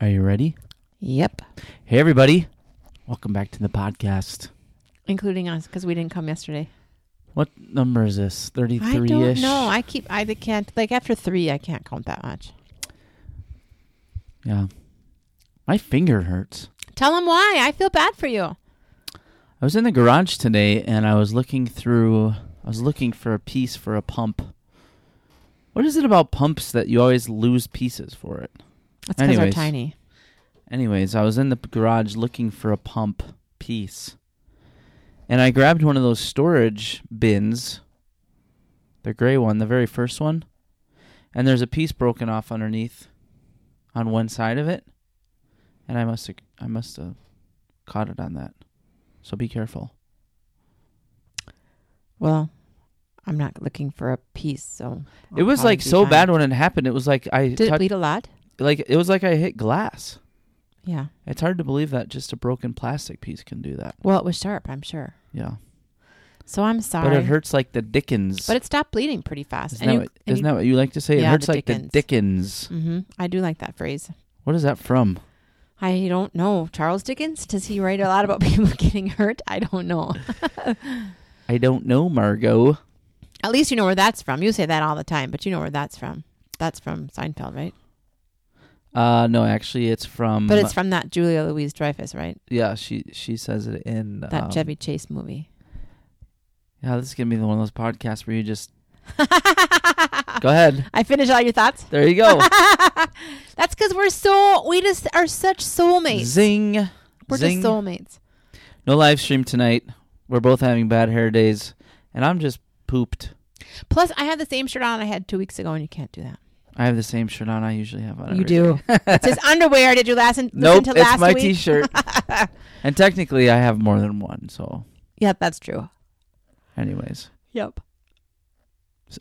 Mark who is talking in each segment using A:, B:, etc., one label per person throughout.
A: Are you ready?
B: Yep.
A: Hey, everybody. Welcome back to the podcast.
B: Including us because we didn't come yesterday.
A: What number is this? 33
B: I
A: ish?
B: don't know. I keep, I can't, like after three, I can't count that much.
A: yeah. My finger hurts.
B: Tell them why. I feel bad for you.
A: I was in the garage today and I was looking through, I was looking for a piece for a pump. What is it about pumps that you always lose pieces for it?
B: That's because they're
A: Anyways.
B: tiny.
A: Anyways, I was in the p- garage looking for a pump piece. And I grabbed one of those storage bins, the gray one, the very first one. And there's a piece broken off underneath on one side of it. And I must have I must have caught it on that. So be careful.
B: Well, I'm not looking for a piece, so. I'll
A: it was
B: probably
A: like
B: be
A: so
B: fine.
A: bad when it happened. It was like I
B: Did it
A: touched-
B: bleed a lot?
A: like it was like I hit glass.
B: Yeah.
A: It's hard to believe that just a broken plastic piece can do that.
B: Well, it was sharp, I'm sure.
A: Yeah.
B: So I'm sorry.
A: But it hurts like the dickens.
B: But it stopped bleeding pretty fast.
A: Isn't, that, what, isn't that what you like to say?
B: Yeah,
A: it hurts
B: the
A: like the
B: Dickens.
A: Dickens.
B: hmm I do like that phrase.
A: What is that from?
B: I don't know. Charles Dickens? Does he write a lot about people getting hurt? I don't know.
A: I don't know, Margot.
B: At least you know where that's from. You say that all the time, but you know where that's from. That's from Seinfeld, right?
A: Uh, no, actually, it's from.
B: But it's from that Julia Louise Dreyfus, right?
A: yeah. She she says it in
B: That
A: um,
B: Chevy Chase movie.
A: Yeah, this is gonna be the one of those podcasts where you just go ahead.
B: I finished all your thoughts.
A: There you go.
B: That's because we're so we just are such soulmates.
A: Zing.
B: We're
A: Zing.
B: just soulmates.
A: No live stream tonight. We're both having bad hair days, and I'm just pooped.
B: Plus, I had the same shirt on I had two weeks ago, and you can't do that.
A: I have the same shirt on I usually have on. every-
B: you do. it's his underwear. Did you last listen
A: Nope,
B: to
A: it's
B: last
A: my
B: week?
A: T-shirt. and technically, I have more than one. So,
B: yeah, that's true.
A: anyways.
B: Yep.
A: So-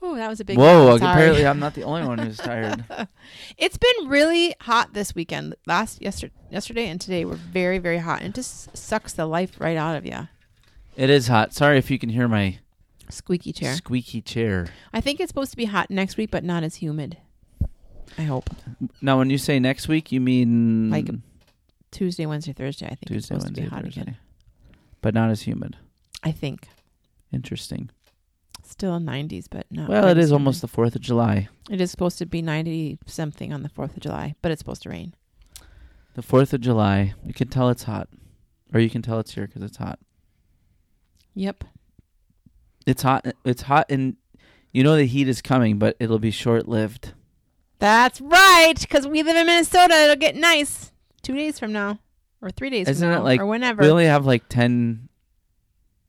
B: Oh, that was a big.
A: Whoa, uh,
B: one. Sorry.
A: apparently I'm not the only one who's tired.
B: It's been really hot this weekend. Last yesterday, yesterday and today were very, very hot, and it just sucks the life right out of you.
A: it is hot. Sorry if you can hear my
B: Squeaky chair.
A: squeaky chair.
B: I think it's supposed to be hot next week, but not as humid. I hope
A: Now, when you say next week, you mean
B: Like Tuesday, Wednesday, Thursday. I think it's
A: Tuesday,
B: supposed
A: Wednesday,
B: to be hot
A: Thursday,
B: again.
A: but not as humid.
B: I think
A: Interesting.
B: still 90s, but not.
A: well,
B: quite
A: it
B: as
A: is
B: humid.
A: almost the Fourth of July.
B: It is supposed to be 90 something on the Fourth of July, but it's supposed to rain.
A: The Fourth of July. You can tell it's hot, or you can tell it's here because it's hot.
B: Yep.
A: It's hot. It's hot, and you know the heat is coming, but it'll be short-lived.
B: That's right, because we live in Minnesota. It'll get nice two days from now, or three days
A: Isn't
B: from
A: it
B: now,
A: like-
B: or whenever.
A: We only have like ten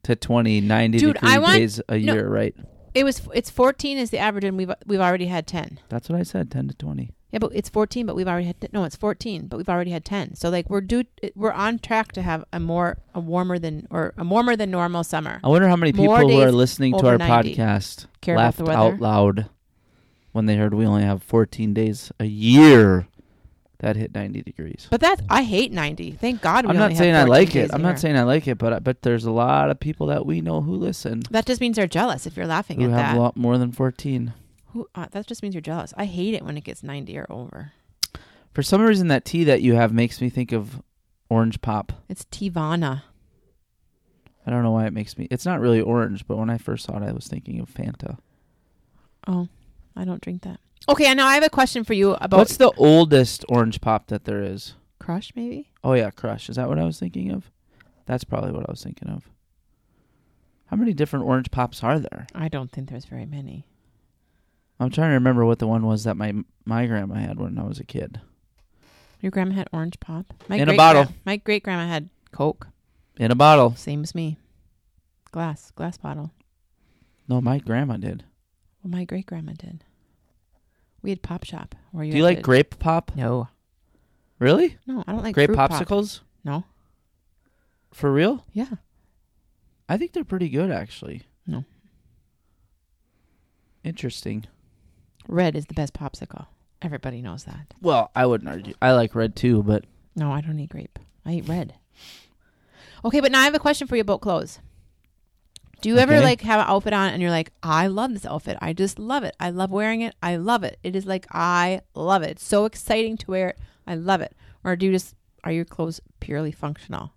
A: to 20 90
B: Dude, I
A: degree
B: want-
A: days a
B: no.
A: year, right?
B: It was. It's fourteen is the average, and we've we've already had ten.
A: That's what I said. Ten to twenty.
B: Yeah, but it's fourteen, but we've already had no. It's fourteen, but we've already had ten. So like we're due. We're on track to have a more a warmer than or a warmer than normal summer.
A: I wonder how many people
B: More
A: who are
B: days
A: listening to
B: over
A: our
B: 90.
A: podcast
B: Care about
A: laughed
B: the weather?
A: out loud when they heard we only have 14 days a year that hit 90 degrees.
B: But that's I hate ninety. Thank God. We
A: I'm
B: only
A: not
B: have
A: saying I
B: 14
A: like
B: days
A: it.
B: a
A: I'm not
B: year.
A: saying I like it, but I bet there's a lot of people that we know who listen
B: that just means they're jealous if you're laughing
A: who
B: at
A: have
B: that.
A: a lot more than 14.
B: Who, uh, that just means you're jealous. I hate it when it gets ninety or over.
A: For some reason, that tea that you have makes me think of orange pop.
B: It's Tivana.
A: I don't know why it makes me. It's not really orange, but when I first saw it, I was thinking of Fanta.
B: Oh, I don't drink that. Okay, I know. I have a question for you about
A: What's the oldest orange pop that there is?
B: crush, maybe.
A: Oh yeah, Crush. Is that what I was thinking of? That's probably what I was thinking of. How many different orange pops are there?
B: I don't think there's very many.
A: I'm trying to remember what the one was that my my grandma had when I was a kid
B: Your grandma had orange pop. My
A: In a bottle.
B: gra- my great grandma had Coke.
A: in a bottle.
B: Same as me. Glass, glass bottle.
A: No, my grandma did.
B: Well, my great grandma did. We had pop shop. Where you
A: Do you
B: had
A: like
B: to-
A: grape pop?
B: No,
A: Really?
B: no, I don't like
A: grape
B: fruit pop.
A: popsicles?
B: No,
A: For real?
B: yeah,
A: I think they're pretty good actually.
B: No.
A: Interesting.
B: red is the best popsicle. Everybody knows that.
A: Well, I wouldn't argue. I like red too, but
B: No, I don't eat grape. I eat red. Okay, but now I have a question for you about clothes. Do you ever
A: Okay.
B: like have an outfit on and you're like, I love this outfit. I just love it. I love wearing it. I love it. It is like I love it. It's so exciting to wear it. I love it. Or do you just are your clothes purely functional?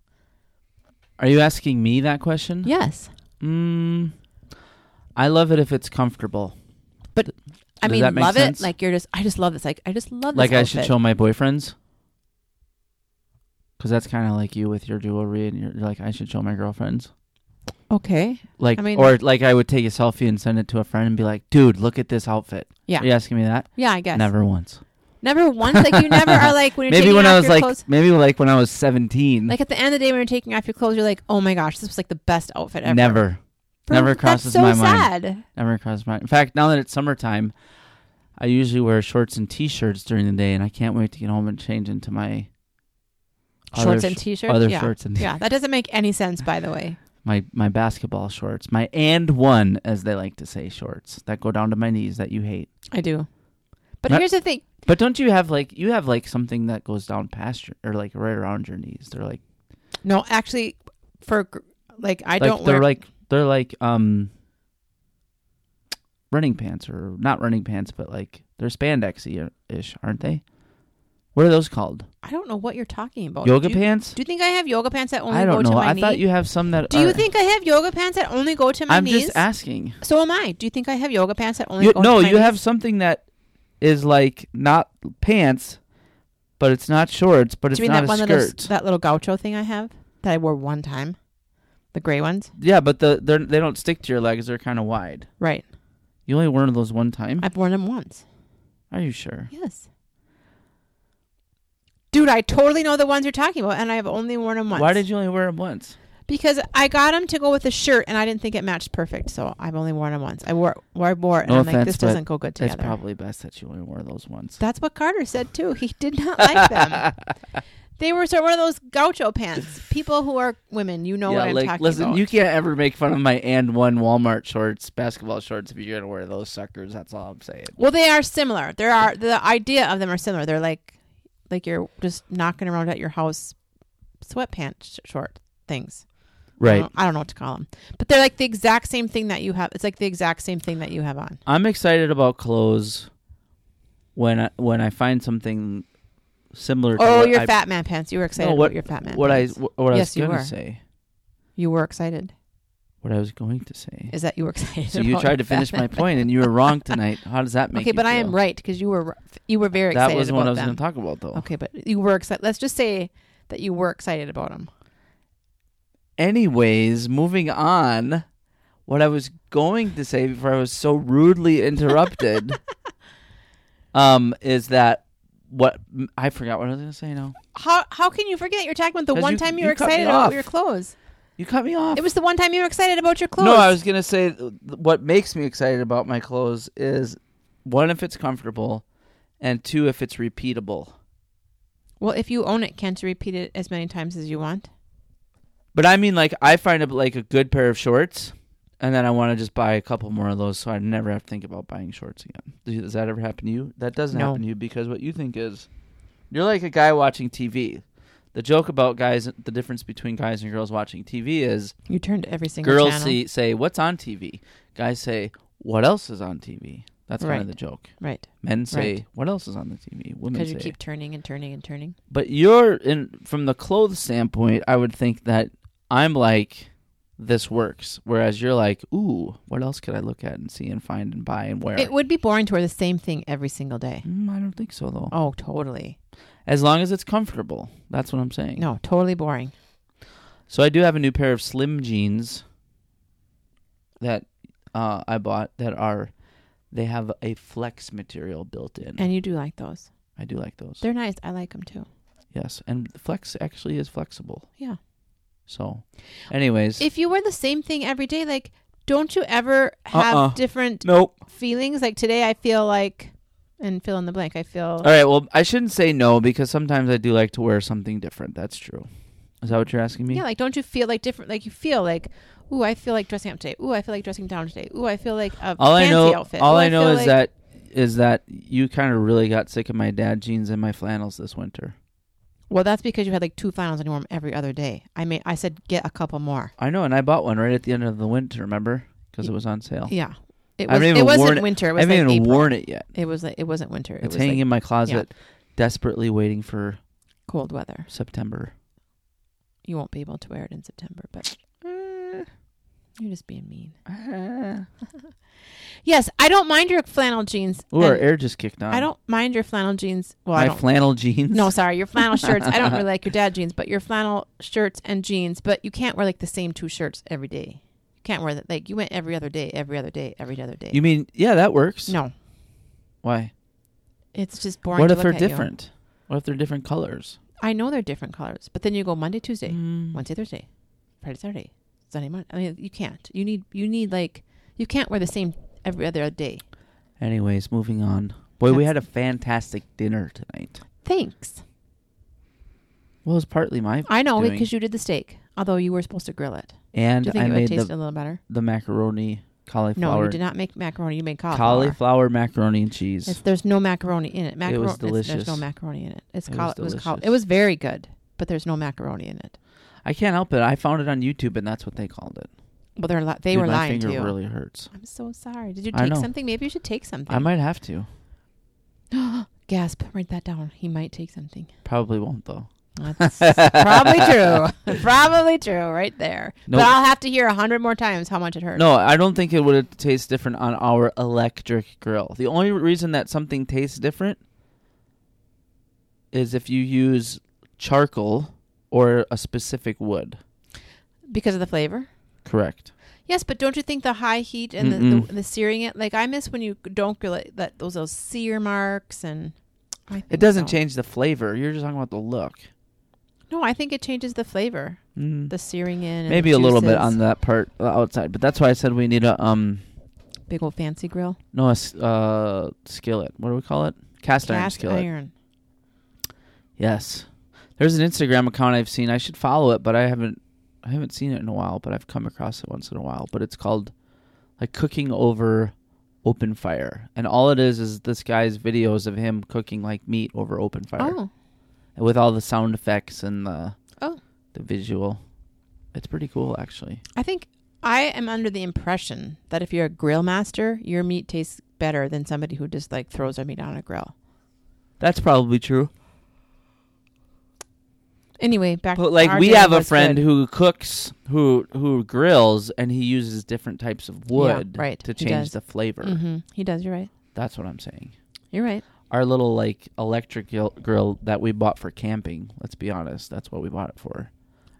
A: Are you asking me that question?
B: Yes.
A: Mm, I love it if it's comfortable.
B: I
A: Does
B: mean,
A: that make
B: love
A: sense?
B: it. Like you're just I just love this. Like I just love this.
A: like I
B: outfit.
A: should show my boyfriends. Because that's kind of like you with your jewelry, and you're you're like, I should show my girlfriends.
B: Okay.
A: Like,
B: I mean-
A: or like I would take a selfie and send it to a friend and be like, dude, look at this outfit.
B: Yeah.
A: Are you asking me that?
B: Yeah, I guess.
A: Never once.
B: Never once. Like you never are like when you're
A: maybe
B: taking
A: when
B: off
A: I was
B: your
A: like,
B: clothes.
A: maybe like when I was 17.
B: Like at the end of the day when you're taking off your clothes, you're like, Oh my gosh, this was like the best outfit ever.
A: never.
B: For-
A: never crosses
B: that's so
A: my mind.
B: sad.
A: Never crossed my. In fact, now that it's summertime, I usually wear shorts and t-shirts during the day, and I can't wait to get home and change into my other
B: Shorts and
A: sh-
B: t-shirts.
A: other
B: yeah.
A: shorts and
B: Yeah, that doesn't make any sense, by the way.
A: my my basketball shorts, my and one as they like to say shorts that go down to my knees that you hate.
B: I do. But
A: Not-
B: here's the thing.
A: But don't you have like you have like something that goes down past your or like right around your knees? They're like
B: No, actually, for gr- like I
A: like
B: don't
A: they're
B: wear.
A: like they're like um running pants or not running pants, but like they're spandexy ish, aren't they? What are those called?
B: I don't know what you're talking about.
A: Yoga
B: Oh, do you,
A: pants?
B: Do you think I have yoga pants that only
A: I don't
B: go
A: know.
B: to my
A: I
B: knee?
A: thought you have some that.
B: do
A: are,
B: you think I have yoga pants that only go to my
A: I'm
B: knees?
A: just asking.
B: so am I. Do you think I have yoga pants that only
A: You,
B: go
A: no,
B: to my
A: you have
B: knees?
A: something that is like not pants, but it's not shorts, but it's
B: Do you mean
A: not
B: that one
A: a
B: little
A: skirt.
B: s- that little gaucho thing I have that I wore one time? The gray ones,
A: yeah, but the they're, they don't stick to your legs. They're kind of wide.
B: right?
A: You only worn those one time.
B: I've worn them once.
A: Are you sure?
B: Yes. Dude, I totally know the ones you're talking about, and I've only worn them once.
A: Why did you only wear them once?
B: Because I got them to go with the shirt, and I didn't think it matched perfect, so I've only worn them once. I wore, wore, I wore, it, and
A: No
B: I'm like,
A: offense,
B: this
A: but
B: doesn't go good together.
A: It's probably best that you only wore those once.
B: That's what Carter said too. He did not like them. they were sort of one of those gaucho pants. People who are women, you know what I'm talking
A: listen,
B: about.
A: you can't ever make fun of my and one Walmart shorts, basketball shorts, if you're gonna wear those suckers. That's all I'm saying.
B: well, they are similar. There are the idea of them are similar. They're like, like you're just knocking around at your house, sweatpants sh- short things. I don't, I don't know what to call them, but they're like the exact same thing that you have. It's like the exact same thing that you have on.
A: I'm excited about clothes when I when I find something similar. to
B: Oh,
A: what
B: your
A: I,
B: fat man pants. You were excited
A: No, what-
B: about your fat man.
A: what I
B: pants.
A: what I
B: Yes,
A: was
B: you
A: going
B: were.
A: to say.
B: you were excited
A: What I was going to say.
B: is that you were excited.
A: So you
B: about
A: tried to
B: your fat
A: finish
B: man
A: my point, and you were wrong tonight. How does that
B: pants.
A: make?
B: Okay,
A: you
B: but I
A: feel?
B: am right because you were you were very
A: That
B: excited
A: was
B: about
A: what I was
B: them.
A: going to talk about, though.
B: okay, but you were excited. Let's just say that you were excited about them.
A: Anyways, moving on. What I was going to say before I was so rudely interrupted, um, is that what I forgot what I was going to say. now.
B: How how can you forget? You're talking about the
A: 'Cause
B: one
A: you-
B: time you,
A: you
B: were
A: cut me
B: excited about
A: off.
B: your clothes.
A: you cut me off.
B: It was the one time you were excited about your clothes.
A: No, I was gonna say th- what makes me excited about my clothes is one if it's comfortable, and two if it's repeatable.
B: Well, if you own it, can't you repeat it as many times as you want?
A: But I mean, like I find a, like a good pair of shorts, and then I want to just buy a couple more of those, so I never have to think about buying shorts again. Do- Does that ever happen to you? That doesn't
B: No.
A: happen to you because what you think is you're like a guy watching TV. The joke about guys, the difference between guys and girls watching TV is
B: You turned every single
A: girls
B: channel.
A: see, say what's on TV, guys say what else is on TV. That's kind
B: Right.
A: of the joke.
B: right
A: Men say,
B: Right.
A: "What else is on the TV?" Women
B: because
A: say,
B: you keep turning and turning and turning.
A: "But you're in from the clothes standpoint. I would think that I'm like this works, whereas you're like, ooh, what else could I look at and see and find and buy and wear?"
B: It would be boring to wear the same thing every single day.
A: Mm, I don't think so though.
B: Oh, totally.
A: As long as it's comfortable, that's what I'm saying.
B: No, totally boring.
A: So I do have a new pair of slim jeans that uh, I bought that are they have a flex material built in.
B: And you do like those.
A: I do like those.
B: They're nice. I like them too.
A: Yes, and flex actually is flexible.
B: Yeah.
A: So, anyways,
B: If you wear the same thing every day, like, don't you ever have
A: Uh-uh.
B: different
A: nope.
B: feelings? Like today, I feel like, and fill in the blank. I feel.
A: All right. Well, I shouldn't say no because sometimes I do like to wear something different. That's true. Is that what you're asking me?
B: Yeah, like don't you feel like different? Like you feel like, ooh, I feel like dressing up today. Ooh, I feel like dressing down today. Ooh, I feel like a
A: all I
B: fancy
A: know,
B: outfit.
A: all
B: Ooh,
A: I know
B: feel
A: is
B: like-
A: that is that you kind of really got sick of my dad jeans and my flannels this winter.
B: Well, that's because you had like two flannels on your arm every other day. I mean, I said get a couple more.
A: I know, and I bought one right at the end of the winter. Remember, because it was on sale.
B: Yeah, it
A: Oh. I haven't
B: was. It
A: even worn
B: wasn't
A: it.
B: winter. It
A: I
B: was
A: haven't
B: like
A: even
B: April.
A: worn it yet.
B: It was like it wasn't winter. It
A: It's
B: was
A: hanging
B: like
A: in my closet, desperately waiting for
B: cold weather.
A: September.
B: You won't be able to wear it in September, but you're just being mean. Yes, I don't mind your flannel jeans.
A: Ooh, our
B: and
A: air just kicked on.
B: I don't mind your flannel jeans. Well, I
A: My
B: don't.
A: flannel jeans.
B: no, sorry, your flannel shirts. I don't really like your dad jeans, but your flannel shirts and jeans. But you can't wear like the same two shirts every day. You can't wear that. Like you went every other day, every other day, every other day.
A: You mean yeah, that works.
B: no,
A: Why?
B: it's just boring.
A: What
B: to
A: if
B: look
A: they're
B: at you.
A: different? What if they're different colors?
B: I know they're different colors, but then you go Monday, Tuesday,
A: Mm.
B: Wednesday, Thursday, Friday, Saturday, Sunday, Monday. I mean, you can't. You need. You need like you can't wear the same every other day.
A: Anyways, moving on. Boy, we
B: That's-
A: had a fantastic dinner tonight.
B: Thanks.
A: Well, it was partly my
B: I know
A: doing.
B: because you did the steak, although you were supposed to grill it.
A: and
B: Do you think
A: I
B: it would
A: made
B: taste
A: the,
B: a little better?
A: the macaroni cauliflower.
B: No, you did not make macaroni. You made cauliflower.
A: cauliflower macaroni and cheese.
B: It's, there's no macaroni in it. Macaroni.
A: was
B: There's no
A: delicious.
B: macaroni in it. It's
A: It
B: col-
A: was
B: it was col-
A: delicious.
B: It was very good, but there's no macaroni in it.
A: I can't help it. I found it on YouTube, and that's what they called it.
B: Well, they're li- they
A: Dude,
B: were
A: my
B: lying
A: finger
B: to you.
A: really hurts.
B: I'm so sorry. Did you
A: I
B: take
A: know.
B: something? Maybe you should take something.
A: I might have to.
B: Gasp! Write that down. He might take something.
A: Probably won't though.
B: That's probably true. probably true. Right there.
A: No.
B: But I'll have to hear a hundred more times how much it hurt.
A: No, I don't think it would taste different on our electric grill. The only reason that something tastes different is if you use charcoal or a specific wood.
B: because of the flavor.
A: Correct.
B: Yes, but don't you think the high heat and the,
A: Mm-mm.
B: the, the searing it? Like I miss when you don't grill it. That those those sear marks and. I
A: It
B: think
A: doesn't
B: so.
A: change the flavor. You're just talking about the look.
B: No, I think it changes the flavor.
A: Mm.
B: The searing in. And
A: Maybe
B: the
A: a little bit
B: juices.
A: on that part the outside, but that's why I said we need a um
B: big old fancy grill.
A: no a s- uh skillet. What do we call it? Cast, iron
B: Cast
A: skillet.
B: iron.
A: Yes. There's an Instagram account I've seen. I should follow it, but I haven't I haven't seen it in a while, but I've come across it once in a while. But it's called like cooking over open fire. And all it is is this guy's videos of him cooking like meat over open fire.
B: Oh,
A: And with all the sound effects and the
B: Oh.
A: the visual. It's pretty cool actually.
B: I think I am under the impression that if you're a grill master, your meat tastes better than somebody who just like throws their meat on a grill.
A: That's probably true.
B: Anyway, back
A: But like
B: our
A: we
B: dinner
A: have a
B: was
A: friend
B: good.
A: who cooks who who grills and he uses different types of wood
B: right.
A: to
B: He
A: change
B: does.
A: the flavor.
B: Mhm. He does. You're right.
A: That's what I'm saying.
B: You're right.
A: Our little like electric grill, grill that we bought for camping. Let's be honest, that's what we bought it for.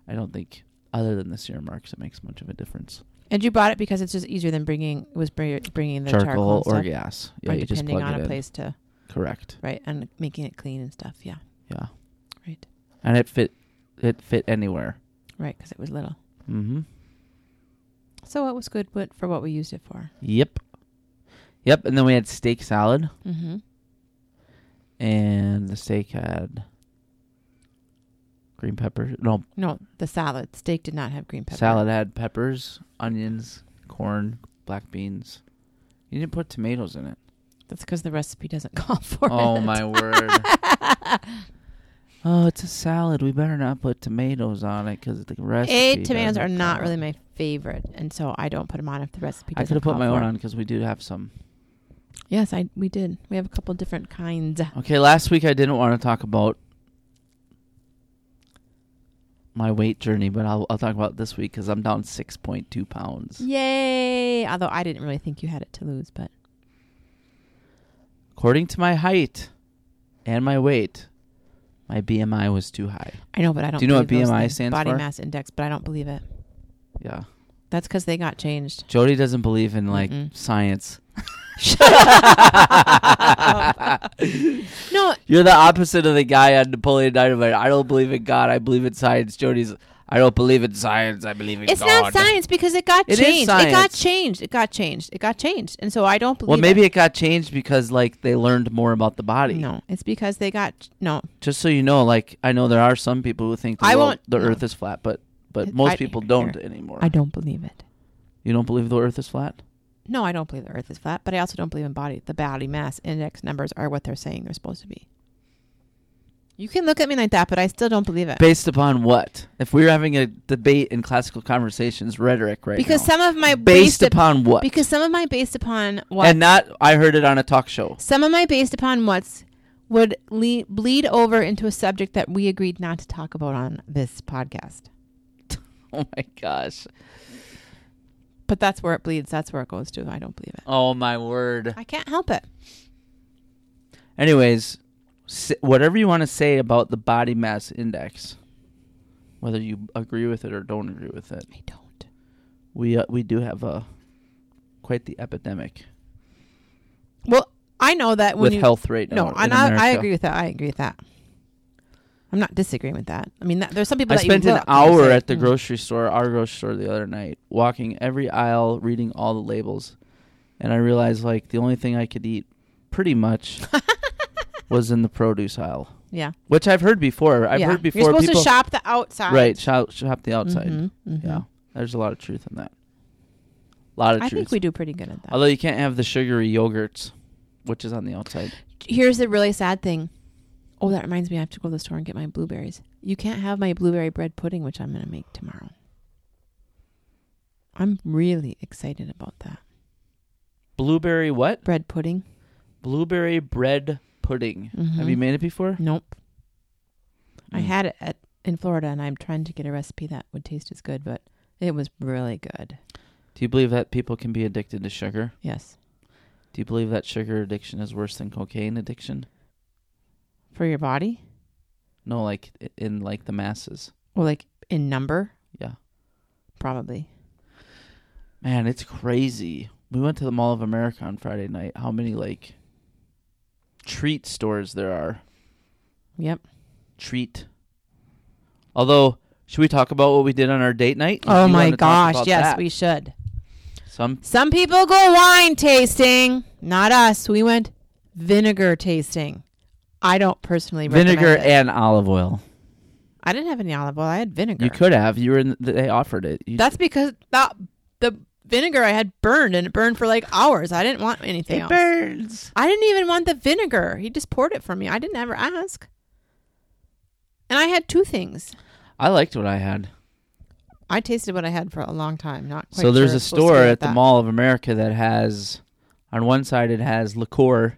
A: I don't think other than the sear marks it makes much of a difference.
B: And you bought it because it's just easier than bringing was br- bringing the charcoal,
A: Charcoal
B: and
A: or
B: stuff,
A: gas.
B: or
A: Yeah, you just
B: depending
A: plug
B: on
A: it
B: a
A: in.
B: place to
A: Correct.
B: right and making it clean and stuff. Yeah,
A: Yeah.
B: Right.
A: And it fit it fit anywhere.
B: right because it was little.
A: Mhm.
B: So it was good but for what we used it for.
A: Yep. Yep, and then we had steak salad
B: Mm-hmm.
A: and the steak had green peppers. No,
B: No, the salad steak did not have green pepper.
A: Salad had peppers, onions, corn, black beans. You didn't put tomatoes in it.
B: That's because the recipe doesn't call for
A: oh
B: it.
A: my word. oh, it's a salad. We better not put tomatoes on it because the recipe.
B: A Eh, tomatoes
A: doesn't
B: are not
A: call
B: really
A: it.
B: my favorite, and so I don't put them on if the recipe.
A: I
B: Doesn't
A: could have put
B: call
A: my
B: for
A: own
B: it.
A: on because we do have some.
B: Yes, I we did. We have a couple different kinds.
A: Okay, last week I didn't want to talk about my weight journey, but I'll, I'll talk about this week because I'm down 6.2 pounds.
B: Yay! Although I didn't really think you had it to lose, but
A: According to my height and my weight, my BMI was too high.
B: I know. But I don't.
A: Do you know what
B: believe those
A: BMI
B: things.
A: stands
B: Body
A: for?
B: mass index, but I don't believe it.
A: Yeah.
B: That's because they got changed.
A: Jody doesn't believe in like
B: Mm-mm.
A: science.
B: No,
A: You're the opposite of the guy on Napoleon Dynamite. I don't believe in God. I believe in science. Jody's. I don't believe in science. I believe in
B: it's
A: God.
B: not science because it got
A: It is
B: changed. It got
A: science.
B: changed. It got changed. It got changed, and so I don't believe.
A: Well, maybe
B: it.
A: it got changed because like they learned more about the body.
B: no. It's because they got no.
A: Just so you know, like I know there are some people who think the,
B: I
A: world-
B: won't-
A: the
B: no.
A: Earth is flat, but but
B: It-
A: most
B: I-
A: people
B: here.
A: don't anymore.
B: I don't believe it.
A: You don't believe the Earth is flat?
B: No, I don't believe the Earth is flat, but I also don't believe in body. The body mass index numbers are what they're saying they're supposed to be. You can look at me like that, but I still don't believe it.
A: Based upon what? If we were having a debate in classical conversations, rhetoric right
B: because
A: now.
B: some of my
A: based
B: based up-
A: upon what?
B: because some of my based upon what
A: And not I heard it on a talk show.
B: some of my based upon what's would le- bleed over into a subject that we agreed not to talk about on this podcast.
A: Oh my gosh.
B: But that's where it bleeds. That's where it goes to. I don't believe it.
A: Oh my word.
B: I can't help it.
A: Anyways, s- whatever you want to say about the body mass index, whether you agree with it or don't agree with it,
B: I don't.
A: we uh, we do have a quite the epidemic
B: Well, I know that when
A: with
B: you
A: health right now.
B: no,
A: in
B: and I, I
A: America.
B: agree with that. I agree with that. I'm not disagreeing with that. I mean, that, there's some people.
A: I
B: that you
A: spent an
B: look and you
A: hour
B: say,
A: at the
B: "Mm,
A: grocery store, our grocery store, the other night, walking every aisle, reading all the labels, and I realized like the only thing I could eat, pretty much, was in the produce aisle,
B: Yeah,
A: which I've heard before. I've
B: yeah.
A: heard before
B: You're supposed
A: people
B: to shop the outside,
A: right shop, shop the outside.
B: Mhm, mhm.
A: Yeah, there's a lot of truth in that. A lot of
B: I
A: truth.
B: think we do pretty good at that.
A: Although you can't have the sugary yogurts, which is on the outside.
B: Here's the really sad thing. Oh, that reminds me. I have to go to the store and get my blueberries. You can't have my blueberry bread pudding, which I'm going to make tomorrow. I'm really excited about that
A: Blueberry what?
B: bread pudding.
A: Blueberry bread pudding. Have
B: Mhm.
A: you made it before?
B: Nope. I
A: Mm.
B: had it at, in Florida, and I'm trying to get a recipe that would taste as good, but it was really good.
A: Do you believe that people can be addicted to sugar?
B: Yes,
A: Do you believe that sugar addiction is worse than cocaine addiction?
B: for your body.
A: No, like i- in like the masses.
B: Well, like in number,
A: Yeah.
B: probably.
A: Man, it's crazy. We went to the Mall of America on Friday night. How many like treat stores there are?
B: Yep.
A: Treat. Although, should we talk about what we did on our date night? 'Cause
B: Oh
A: you
B: my
A: wanted to talk
B: gosh!
A: about
B: Yes,
A: that.
B: we should.
A: Some
B: Some people go wine tasting. Not us. We went vinegar tasting. I don't personally recommend
A: vinegar
B: it.
A: and olive oil.
B: I didn't have any olive oil. I had vinegar.
A: You could have. You were in. They offered it. You,
B: That's because that the vinegar I had burned and it burned for like hours. I didn't want anything else.
A: burns.
B: I didn't even want the vinegar. He just poured it for me. I didn't ever ask. And I had two things.
A: I liked what I had.
B: I tasted what I had for a long time. Not quite
A: so there's
B: sure
A: a
B: it's supposed to
A: store
B: be like
A: at the
B: that,
A: Mall of America that has, on one side it has liqueur.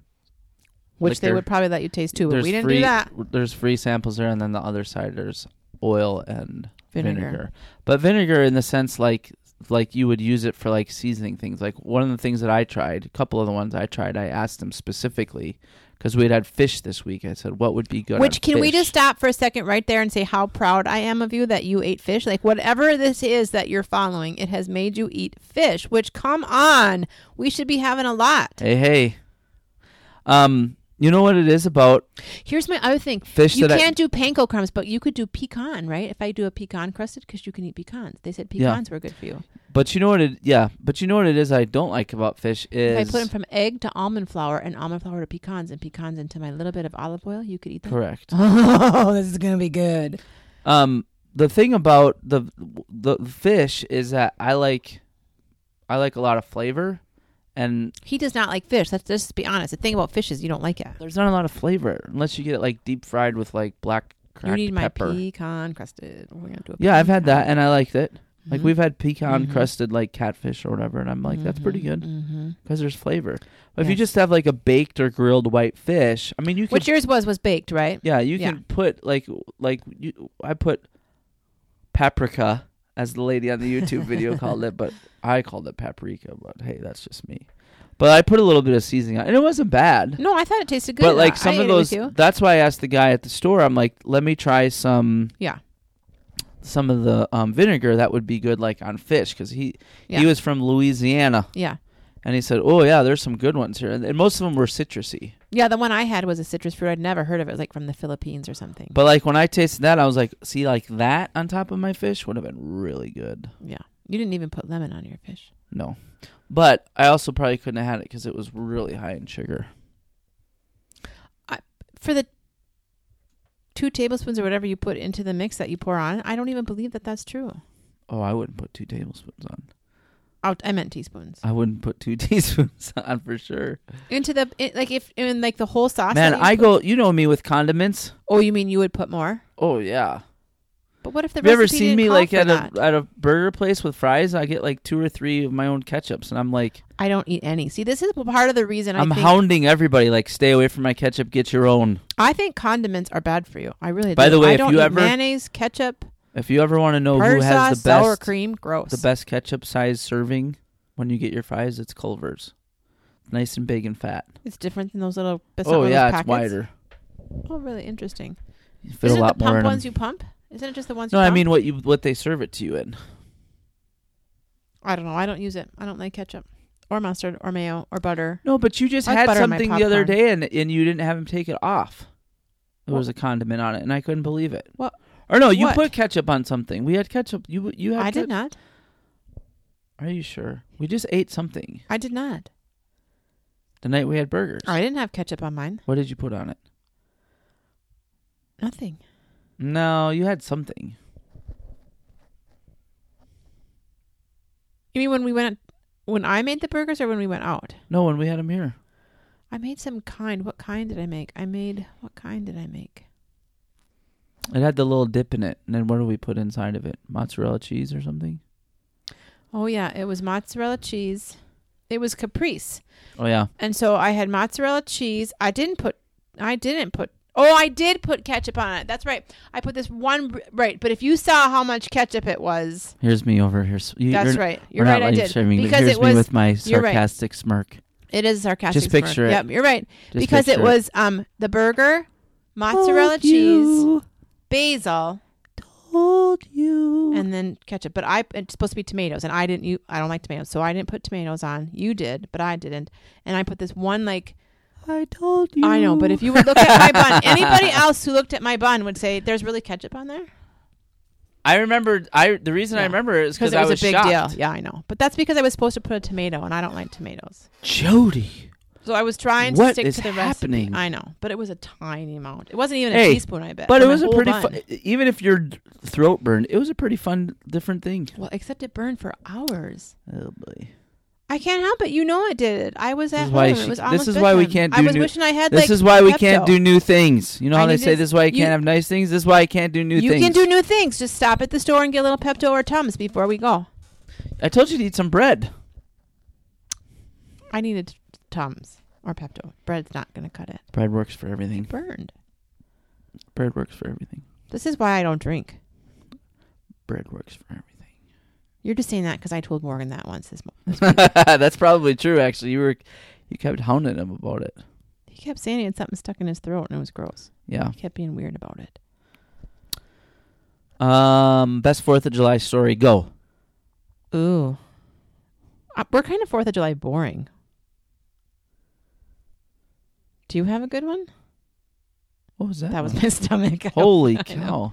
B: which they
A: liquor.
B: would probably let you taste too, but
A: There's
B: we didn't
A: free,
B: do that.
A: There's free samples there, and then the other side there's oil and vinegar.
B: Vinegar.
A: But vinegar in the sense like like you would use it for like seasoning things. Like one of the things that I tried, a couple of the ones I tried, I asked them specifically because we had had fish this week. I said, "What would be good?"
B: Which
A: on
B: can we
A: fish?"
B: just stop for a second right there and say how proud I am of you that you ate fish? Like whatever this is that you're following, it has made you eat fish. Which come on, we should be having a lot.
A: Hey, hey. Um, you know what it is about
B: Here's my other thing:
A: fish
B: you
A: that I
B: can't do panko crumbs, but you could do pecan, right? If I do a pecan crusted, because you can eat pecans. They said
A: Yeah.
B: pecans were good for you.
A: But you know what it yeah, but you know what it is I don't like about fish
B: If
A: is
B: I put them from egg to almond flour and almond flour to pecans and pecans into my little bit of olive oil, you could eat that.
A: correct.
B: Oh, this is gonna be good.
A: Um the thing about the the fish is that I like I like a lot of flavor and
B: He does not like fish. Let's just be honest. The thing about fish is you don't like it.
A: there's not a lot of flavor unless you get it like deep fried with like black cracked
B: you need my
A: pepper.
B: pecan crusted. We're gonna do a
A: yeah, I've had that
B: pecan.
A: and I liked it. Like
B: Mhm.
A: we've had pecan
B: Mhm.
A: crusted like catfish or whatever and I'm like that's pretty
B: Mhm,
A: good
B: mhm.
A: because there's flavor. But if you
B: Yes.
A: just have like a baked or grilled white fish, I mean you could
B: What yours was was baked, right?
A: Yeah, you
B: Yeah.
A: can put like like you, I put paprika as the lady on the YouTube video called it, but I called it paprika. But hey, that's just me. But I put a little bit of seasoning on, and it wasn't bad.
B: No, I thought it tasted good.
A: but like
B: I
A: some
B: ate
A: of
B: it with
A: those,
B: you.
A: that's why I asked the guy at the store. I'm like, let me try some
B: yeah,
A: some of the um, vinegar that would be good like on fish because he
B: Yeah.
A: he was from Louisiana
B: yeah,
A: and he said, oh yeah, there's some good ones here, and, and most of them were citrusy.
B: yeah. The one I had was a citrus fruit. I'd never heard of it. It was like from the Philippines or something.
A: But like when I tasted that, I was like, see, like that on top of my fish would have been really good.
B: yeah, you didn't even put lemon on your fish.
A: No. But I also probably couldn't have had it because it was really high in sugar.
B: For the two tablespoons or whatever you put into the mix that you pour on, I don't even believe that that's true.
A: Oh, I wouldn't put two tablespoons on.
B: Oh, I meant teaspoons
A: I wouldn't put two teaspoons on for sure.
B: into the it, like if in like the whole sauce.
A: Man,
B: that you
A: I
B: put-
A: go. You know me with condiments.
B: Oh, you mean you would put more?
A: Oh yeah.
B: But what if the
A: Have you ever
B: recipe
A: seen
B: didn't
A: me
B: call
A: like
B: for
A: at
B: that?
A: a at a burger place with fries? I get like two or three of my own ketchups, and I'm like,
B: I don't eat any. See, this is part of the reason I
A: I'm
B: think
A: hounding everybody. Like, stay away from my ketchup. Get your own.
B: I think condiments are bad for you. I really
A: By
B: do.
A: the way,
B: I
A: if
B: don't
A: you
B: eat
A: ever-
B: mayonnaise, ketchup,
A: If you ever want to know
B: tartar
A: who
B: sauce,
A: has the
B: sour
A: best
B: cream, gross.
A: the best ketchup size serving when you get your fries, it's Culver's. Nice and big and fat.
B: It's different than those little. that's not
A: oh
B: one of
A: yeah,
B: those
A: it's
B: packets.
A: wider.
B: Oh, really interesting.
A: You fit
B: Isn't
A: a
B: it
A: lot
B: the
A: more
B: pump
A: in 'em.
B: ones you pump? Isn't it just the ones?
A: No,
B: you
A: I
B: pump?
A: mean what you what they serve it to you in.
B: I don't know. I don't use it. I don't like ketchup or mustard or mayo or butter.
A: No, but you just
B: I like
A: had
B: butter on my
A: something the other
B: popcorn.
A: day and and you didn't have him take it off. There was a condiment on it, and I couldn't believe it.
B: What-
A: Or no, you
B: what?
A: put ketchup on something. We had ketchup. You you had.
B: I
A: ketchup-
B: did not.
A: Are you sure? We just ate something
B: I did not.
A: the night we had burgers.
B: I didn't have ketchup on mine.
A: What did you put on it?
B: Nothing.
A: No, you had something.
B: You mean when we went when I made the burgers or when we went out?
A: No, when we had him here.
B: I made some kind. What kind did I make? I made what kind did I make?
A: It had the little dip in it, and then what do we put inside of it? Mozzarella cheese or something?
B: Oh yeah, it was mozzarella cheese. It was caprese.
A: Oh yeah,
B: And so I had mozzarella cheese. I didn't put I didn't put Oh, I did put ketchup on it. That's right. I put this one br- right, but if you saw how much ketchup it was,
A: here's me over here. You,
B: that's
A: you're,
B: right.
A: we're
B: You're right.
A: not
B: I
A: live
B: did
A: streaming, but
B: because
A: here's
B: it
A: me
B: was
A: with my
B: you're right.
A: sarcastic smirk.
B: it is sarcastic.
A: Just
B: smirk.
A: picture it.
B: Yep, you're right.
A: Just
B: because it
A: picture
B: was um the burger, mozzarella
A: Told
B: cheese,
A: you,
B: basil,
A: told you.
B: and then ketchup. But I it's supposed to be tomatoes, and I didn't. You, I don't like tomatoes, so I didn't put tomatoes on. You did, but I didn't. And I put this one like
A: I told you.
B: I know. But if you would look at my bun, anybody else who looked at my bun would say, "There's really ketchup on there."
A: I remember, I the reason I
B: Yeah.
A: remember is because
B: it
A: I
B: was,
A: was,
B: a big
A: shocked.
B: deal. Yeah, I know. But that's because I was supposed to put a tomato, and I don't like tomatoes.
A: Jody,
B: So I was trying to
A: What
B: stick
A: is
B: to the
A: happening?
B: recipe. I know, but it was a tiny amount. It wasn't even a
A: Hey,
B: teaspoon. I bet.
A: but
B: Uh, from
A: it
B: my
A: was a
B: whole
A: pretty
B: bun.
A: fun. Even if your throat burned, it was a pretty fun, different thing.
B: Well, except it burned for hours.
A: Oh boy.
B: I can't help it. You know it did. I was at
A: is
B: home.
A: why
B: It
A: she- this
B: was almost
A: is why we
B: bedtime.
A: can't
B: I
A: do
B: was
A: new-
B: wishing I had.
A: This
B: like,
A: is why we can't
B: Pepto.
A: do new things. You know
B: I
A: how they
B: need
A: say
B: to-
A: this is why you,
B: you-
A: can't have nice things. This is why I can't do new
B: you
A: things.
B: can do new things. Just stop at the store and get a little Pepto or Tums before we go.
A: I told you to eat some bread.
B: I needed Tums or Pepto. Bread's not going to cut it.
A: Bread works for everything.
B: It burned.
A: Bread works for everything.
B: This is why I don't drink.
A: Bread works for everything.
B: You're just saying that because I told Morgan that once this morning.
A: That's probably true. Actually, you were, you kept hounding him about it.
B: He kept saying he had something stuck in his throat and it was gross.
A: Yeah.
B: He kept being weird about it.
A: Um. Best Fourth of July story. Go.
B: Ooh. Uh, we're kind of 4th of July boring. Do you have a good one?
A: What was that?
B: That was
A: one?
B: my stomach. I don't-
A: holy
B: I
A: cow.
B: know.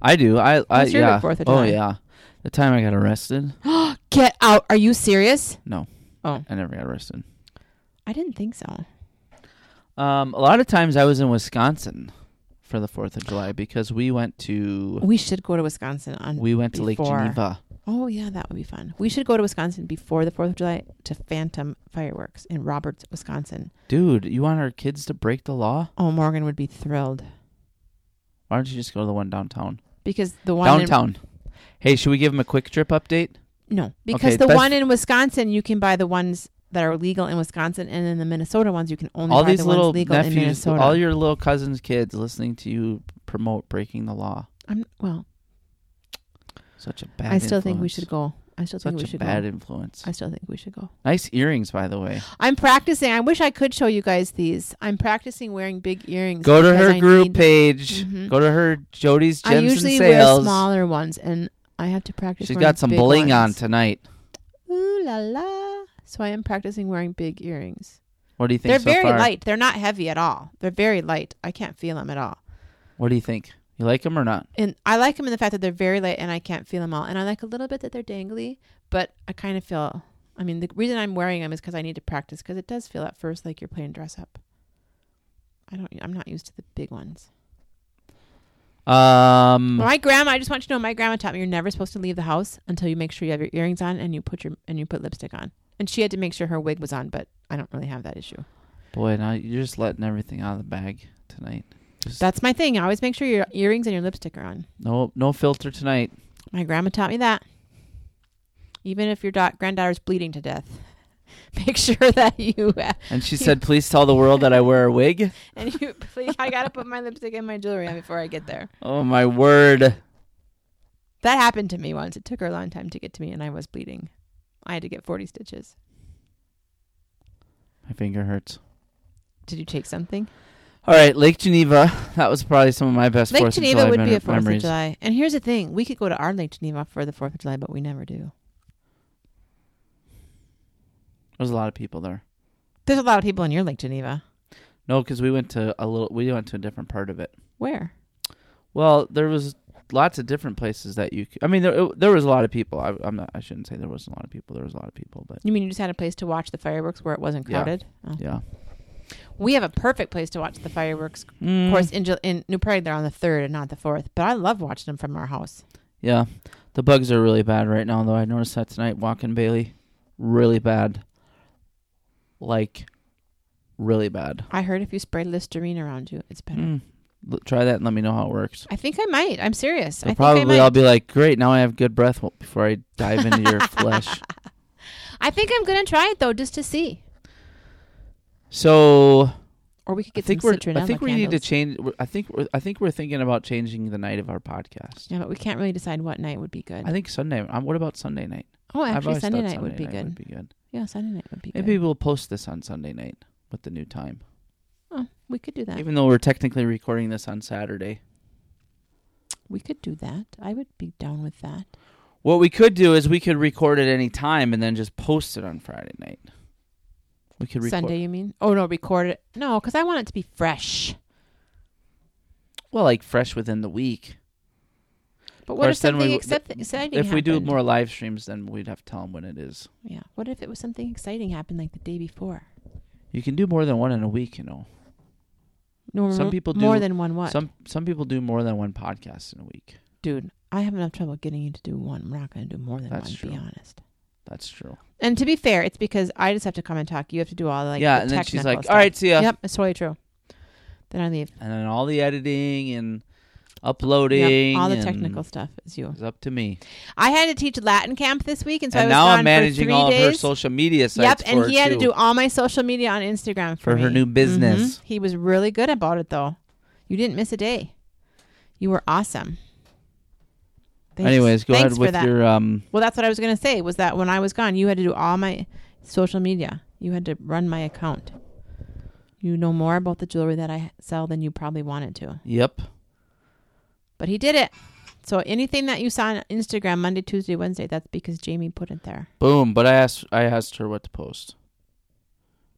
A: I do. I. I
B: was your
A: yeah.
B: Fourth of
A: oh
B: July?
A: yeah. The time I got arrested.
B: Get out. Are you serious?
A: No.
B: Oh.
A: I never got arrested.
B: I didn't think so.
A: Um. A lot of times I was in Wisconsin for the Fourth of July because we went to
B: We should go to Wisconsin on.
A: we went to
B: Before.
A: Lake Geneva.
B: oh, yeah, that would be fun. We should go to Wisconsin before the 4th of July to Phantom Fireworks in Roberts, Wisconsin.
A: Dude, you want our kids to break the law?
B: Oh, Morgan would be thrilled
A: Why don't you just go to the one downtown?
B: because the one in-
A: downtown. hey, should we give them a quick trip update?
B: No, because
A: Okay,
B: the
A: best-
B: one in Wisconsin, you can buy the ones that are legal in Wisconsin, and then the Minnesota ones, you can only
A: all
B: buy
A: these
B: the
A: little
B: ones legal in
A: nephews,
B: Minnesota.
A: all your little cousins' kids listening to you promote breaking the law.
B: I'm, well,
A: Such a bad
B: I still think we
A: influence.
B: should go. I still think
A: Such
B: we
A: a
B: should
A: bad
B: go.
A: influence.
B: I still think we should go.
A: nice earrings, by the way.
B: I'm practicing. I wish I could show you guys these. I'm practicing wearing big earrings.
A: Go to
B: because
A: her
B: I
A: group
B: need-
A: page.
B: Mhm.
A: Go to her Jody's Gems
B: I usually
A: and
B: wear
A: Sales.
B: smaller ones, and I have to practice.
A: She's
B: wearing
A: got some
B: big
A: bling on
B: ones.
A: tonight.
B: Ooh la la! So I am practicing wearing big earrings.
A: What do you think?
B: They're
A: so
B: very
A: far?
B: light. They're not heavy at all. They're very light. I can't feel them at all.
A: What do you think? You like them or not?
B: and I like them in the fact that they're very light and I can't feel them all. And I like a little bit that they're dangly, but I kind of feel. I mean, the reason I'm wearing them is because I need to practice because it does feel at first like you're playing dress up. I don't. I'm not used to the big ones.
A: Um,
B: My grandma, I just want you to know, my grandma taught me you're never supposed to leave the house until you make sure you have your earrings on and you put your and you put lipstick on. And she had to make sure her wig was on, but I don't really have that issue.
A: boy, now you're just letting everything out of the bag tonight. Just
B: That's my thing. I always make sure your earrings and your lipstick are on.
A: no, no filter tonight.
B: My grandma taught me that. Even if your da- granddaughter's bleeding to death, make sure that you uh,
A: And she said, "Please tell the world that I wear a wig."
B: and you. Please, I gotta put my lipstick and my jewelry on before I get there.
A: Oh my word!
B: That happened to me once. It took her a long time to get to me, and I was bleeding. I had to get forty stitches.
A: My finger hurts.
B: Did you take something?
A: All right, Lake Geneva. That was probably some of my best
B: Lake
A: Fourth of
B: Geneva
A: July
B: would be
A: mem-
B: a Fourth
A: memories.
B: of July. And here's the thing: we could go to our Lake Geneva for the Fourth of July, but we never do.
A: There was a lot of people there.
B: There's a lot of people in your Lake Geneva.
A: No, because we went to a little. We went to a different part of it.
B: Where?
A: Well, there was lots of different places that you. Could, I mean, there it- there was a lot of people. I, I'm not. I shouldn't say there wasn't a lot of people. There was a lot of people, but
B: You mean you just had a place to watch the fireworks where it wasn't
A: Yeah.
B: crowded? Oh.
A: yeah.
B: We have a perfect place to watch the fireworks.
A: Mm,
B: Of
A: Mm-hmm.
B: course, in, Ju- in New Prairie, they're on the third and not the fourth. But I love watching them from our house.
A: Yeah. The bugs are really bad right now, though. I noticed that tonight walking Bailey. Really bad. Like, really bad.
B: I heard if you spray Listerine around you, it's better.
A: Mm. L- try that and let me know how it works.
B: I think I might. I'm serious.
A: So
B: I think I
A: probably
B: might.
A: I'll be like, great, now I have good breath w- before I dive into your flesh.
B: I think I'm gonna try it though, just to see.
A: So
B: Or we could
A: I
B: get
A: think
B: some
A: we're.
B: citronella
A: I think we need to
B: candles.
A: change. we're- I think we're, I think we're thinking about changing the night of our podcast.
B: Yeah, but we can't really decide what night would be good.
A: I think Sunday. Um, what about Sunday night?
B: oh,
A: I've
B: actually,
A: always
B: Sunday
A: thought
B: night would be good.
A: Would be good.
B: Yeah, Sunday night would be
A: Maybe
B: good.
A: we'll post this on Sunday night with the new time.
B: Oh, we could do that.
A: Even though we're technically recording this on Saturday.
B: We could do that. I would be down with that.
A: What we could do is we could record at any time and then just post it on Friday night. We could record.
B: Sunday, you mean? Oh no, record it. No, because I want it to be fresh.
A: Well, like fresh within the week.
B: But
A: Of
B: what if
A: course, then
B: something
A: we-
B: except exciting?
A: if we do
B: happened?
A: more live streams, then we'd have to tell them when it is.
B: yeah. What if it was something exciting happened like the day before?
A: You can do more than one in a week, you know.
B: No,
A: Some
B: no,
A: people
B: more
A: do-
B: than one. What,
A: Some some people do more than one podcast in a week.
B: dude? I have enough trouble getting you to do one. I'm not going to do more than
A: That's
B: one. to Be
A: true.
B: honest.
A: That's true.
B: And to be fair, it's because I just have to come and talk. You have to do all the like
A: yeah,
B: the
A: and then she's
B: technical
A: like,
B: stuff.
A: "All right, see ya."
B: Yep, it's totally true. Then I leave.
A: And then all the editing and
B: Yep,
A: uploading,
B: all the
A: and
B: technical stuff is you.
A: is up to me.
B: I had to teach Latin camp this week, and so I
A: and
B: was
A: now
B: gone
A: I'm managing
B: for three
A: all
B: days.
A: of her social media
B: Yep,
A: sites.
B: and
A: for
B: he had
A: too.
B: to do all my social media on Instagram for,
A: For her
B: me.
A: new business.
B: Mhm. He was really good about it, though. You didn't miss a day. You were awesome. Thanks-
A: Anyways, go
B: thanks
A: ahead
B: for
A: with
B: that.
A: your um.
B: Well, that's what I was gonna say was that when I was gone, you had to do all my social media. You had to run my account. You know more about the jewelry that I sell than you probably wanted to,
A: Yep.
B: but he did it. So anything that you saw on Instagram Monday, Tuesday, Wednesday, that's because Jamie put it there.
A: Boom. But I asked I asked her what to post.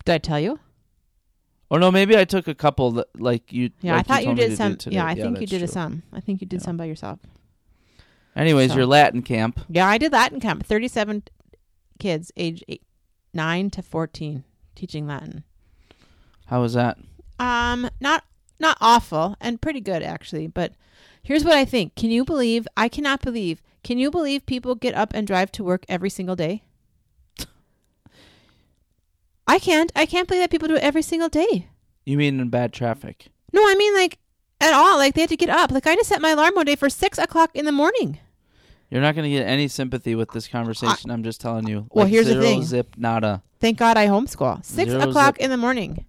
B: Did I tell you?
A: Oh no, maybe I took a couple that, like you.
B: Yeah,
A: like
B: I thought you
A: told me
B: did
A: to
B: some.
A: do today.
B: yeah, I think you
A: that's
B: did a
A: true.
B: some. I think you did
A: Yeah.
B: some by yourself.
A: Anyways,
B: so.
A: your Latin camp.
B: Yeah, I did Latin camp. Thirty-seven kids, age eight, nine to fourteen, teaching Latin.
A: How was that?
B: Um, not not awful and pretty good actually. But here's what I think. Can you believe? I cannot believe. Can you believe people get up and drive to work every single day? I can't. I can't believe that people do it every single day.
A: You mean in bad traffic?
B: No, I mean like at all. Like they had to get up. Like I just set my alarm one day for six o'clock in the morning.
A: You're not going to get any sympathy with this conversation. I, am just telling you.
B: Well,
A: Like,
B: here's the
A: zero
B: thing.
A: Zip nada.
B: Thank God I homeschool. Six
A: Zero's
B: o'clock
A: up.
B: in the morning.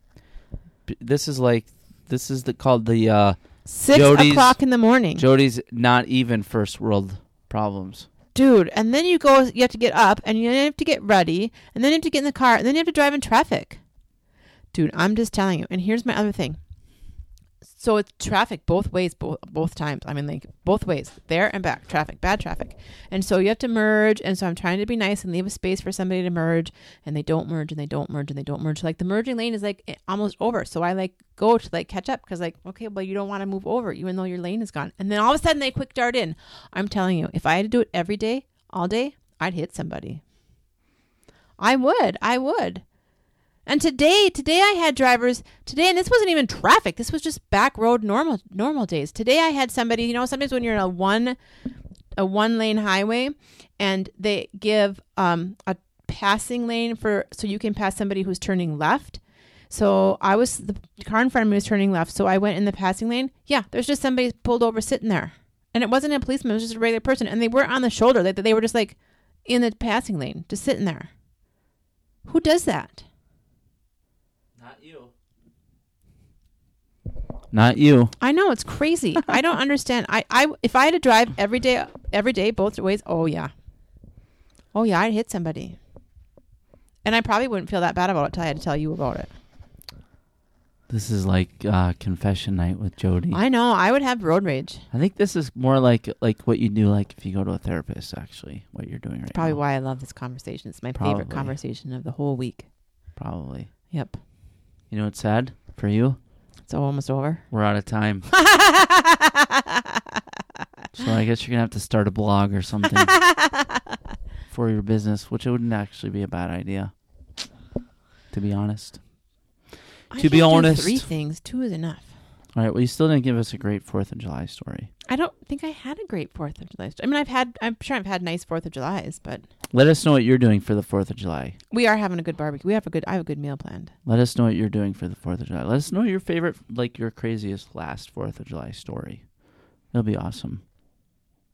A: B- This is like this is the called the uh
B: Six
A: Jody's-
B: o'clock in the morning.
A: Jody's not even first world problems.
B: Dude, and then you go, you have to get up and you have to get ready and then you have to get in the car and then you have to drive in traffic. Dude, I'm just telling you. And here's my other thing. So it's traffic both ways, both, both times. I mean, like both ways, there and back, traffic, bad traffic. And so you have to merge. And so I'm trying to be nice and leave a space for somebody to merge. And they don't merge and they don't merge and they don't merge. Like the merging lane is like eh, almost over. So I like go to like catch up because, like, okay, well, you don't want to move over even though your lane is gone. And then all of a sudden they quick dart in. I'm telling you, if I had to do it every day, all day, I'd hit somebody. I would. I would. And today, today I had drivers today, and this wasn't even traffic. This was just back road normal normal days. Today I had somebody. You know, sometimes when you're in a one a one lane highway, and they give um, a passing lane for so you can pass somebody who's turning left. So I was the car in front of me was turning left, so I went in the passing lane. Yeah, there's just somebody pulled over sitting there, and it wasn't a policeman; it was just a regular person, and they weren't on the shoulder. Like they were just like in the passing lane, just sitting there. Who does that?
A: Not you. Not you.
B: I know it's crazy. I don't understand. I, I if I had to drive every day, every day both ways. Oh yeah. Oh yeah, I'd hit somebody. And I probably wouldn't feel that bad about it till I had to tell you about it.
A: This is like uh, confession night with Jody. I,
B: I know. I would have road rage.
A: think this is more like like what you do like if you go to a therapist. Actually, what you're doing right
B: Probably
A: now.
B: why I love this conversation. It's my favorite
A: Probably.
B: conversation of the whole week.
A: Probably.
B: Yep.
A: You know what's sad for you?
B: It's almost over.
A: We're out of time. so I guess you're gonna have to start a blog or something for your business, which it wouldn't actually be a bad idea. To be honest.
B: I
A: To be
B: can't do
A: honest-
B: three things. Two is enough.
A: All right. Well, you still didn't give us a great Fourth of July story.
B: I don't think I had a great Fourth of July. I mean, I've had. I'm sure I've had nice Fourth of Julys, but
A: Let us know what you're doing for the Fourth of July.
B: we are having a good barbecue. We have a good. I have a good meal planned.
A: Let us know what you're doing for the Fourth of July. Let us know your favorite, like your craziest last Fourth of July story. It'll be awesome.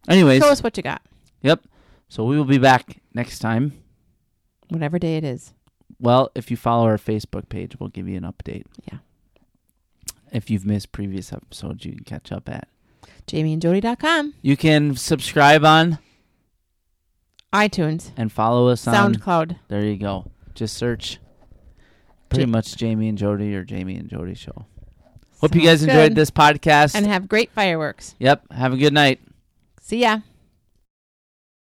A: Anyways,
B: Show us what you got,
A: yep. So we will be back next time.
B: whatever day it is.
A: Well, if you follow our Facebook page, we'll give you an update.
B: Yeah.
A: If you've missed previous episodes, you can catch up at.
B: JamieandJody.com,
A: You can subscribe on
B: iTunes,
A: and follow us on.
B: SoundCloud.
A: There you go. Just search. Pretty much Jamie and Jody or Jamie and Jody show. Hope you
B: Sounds
A: guys enjoyed
B: good.
A: this podcast.
B: and have great fireworks.
A: yep. Have a good night.
B: See ya.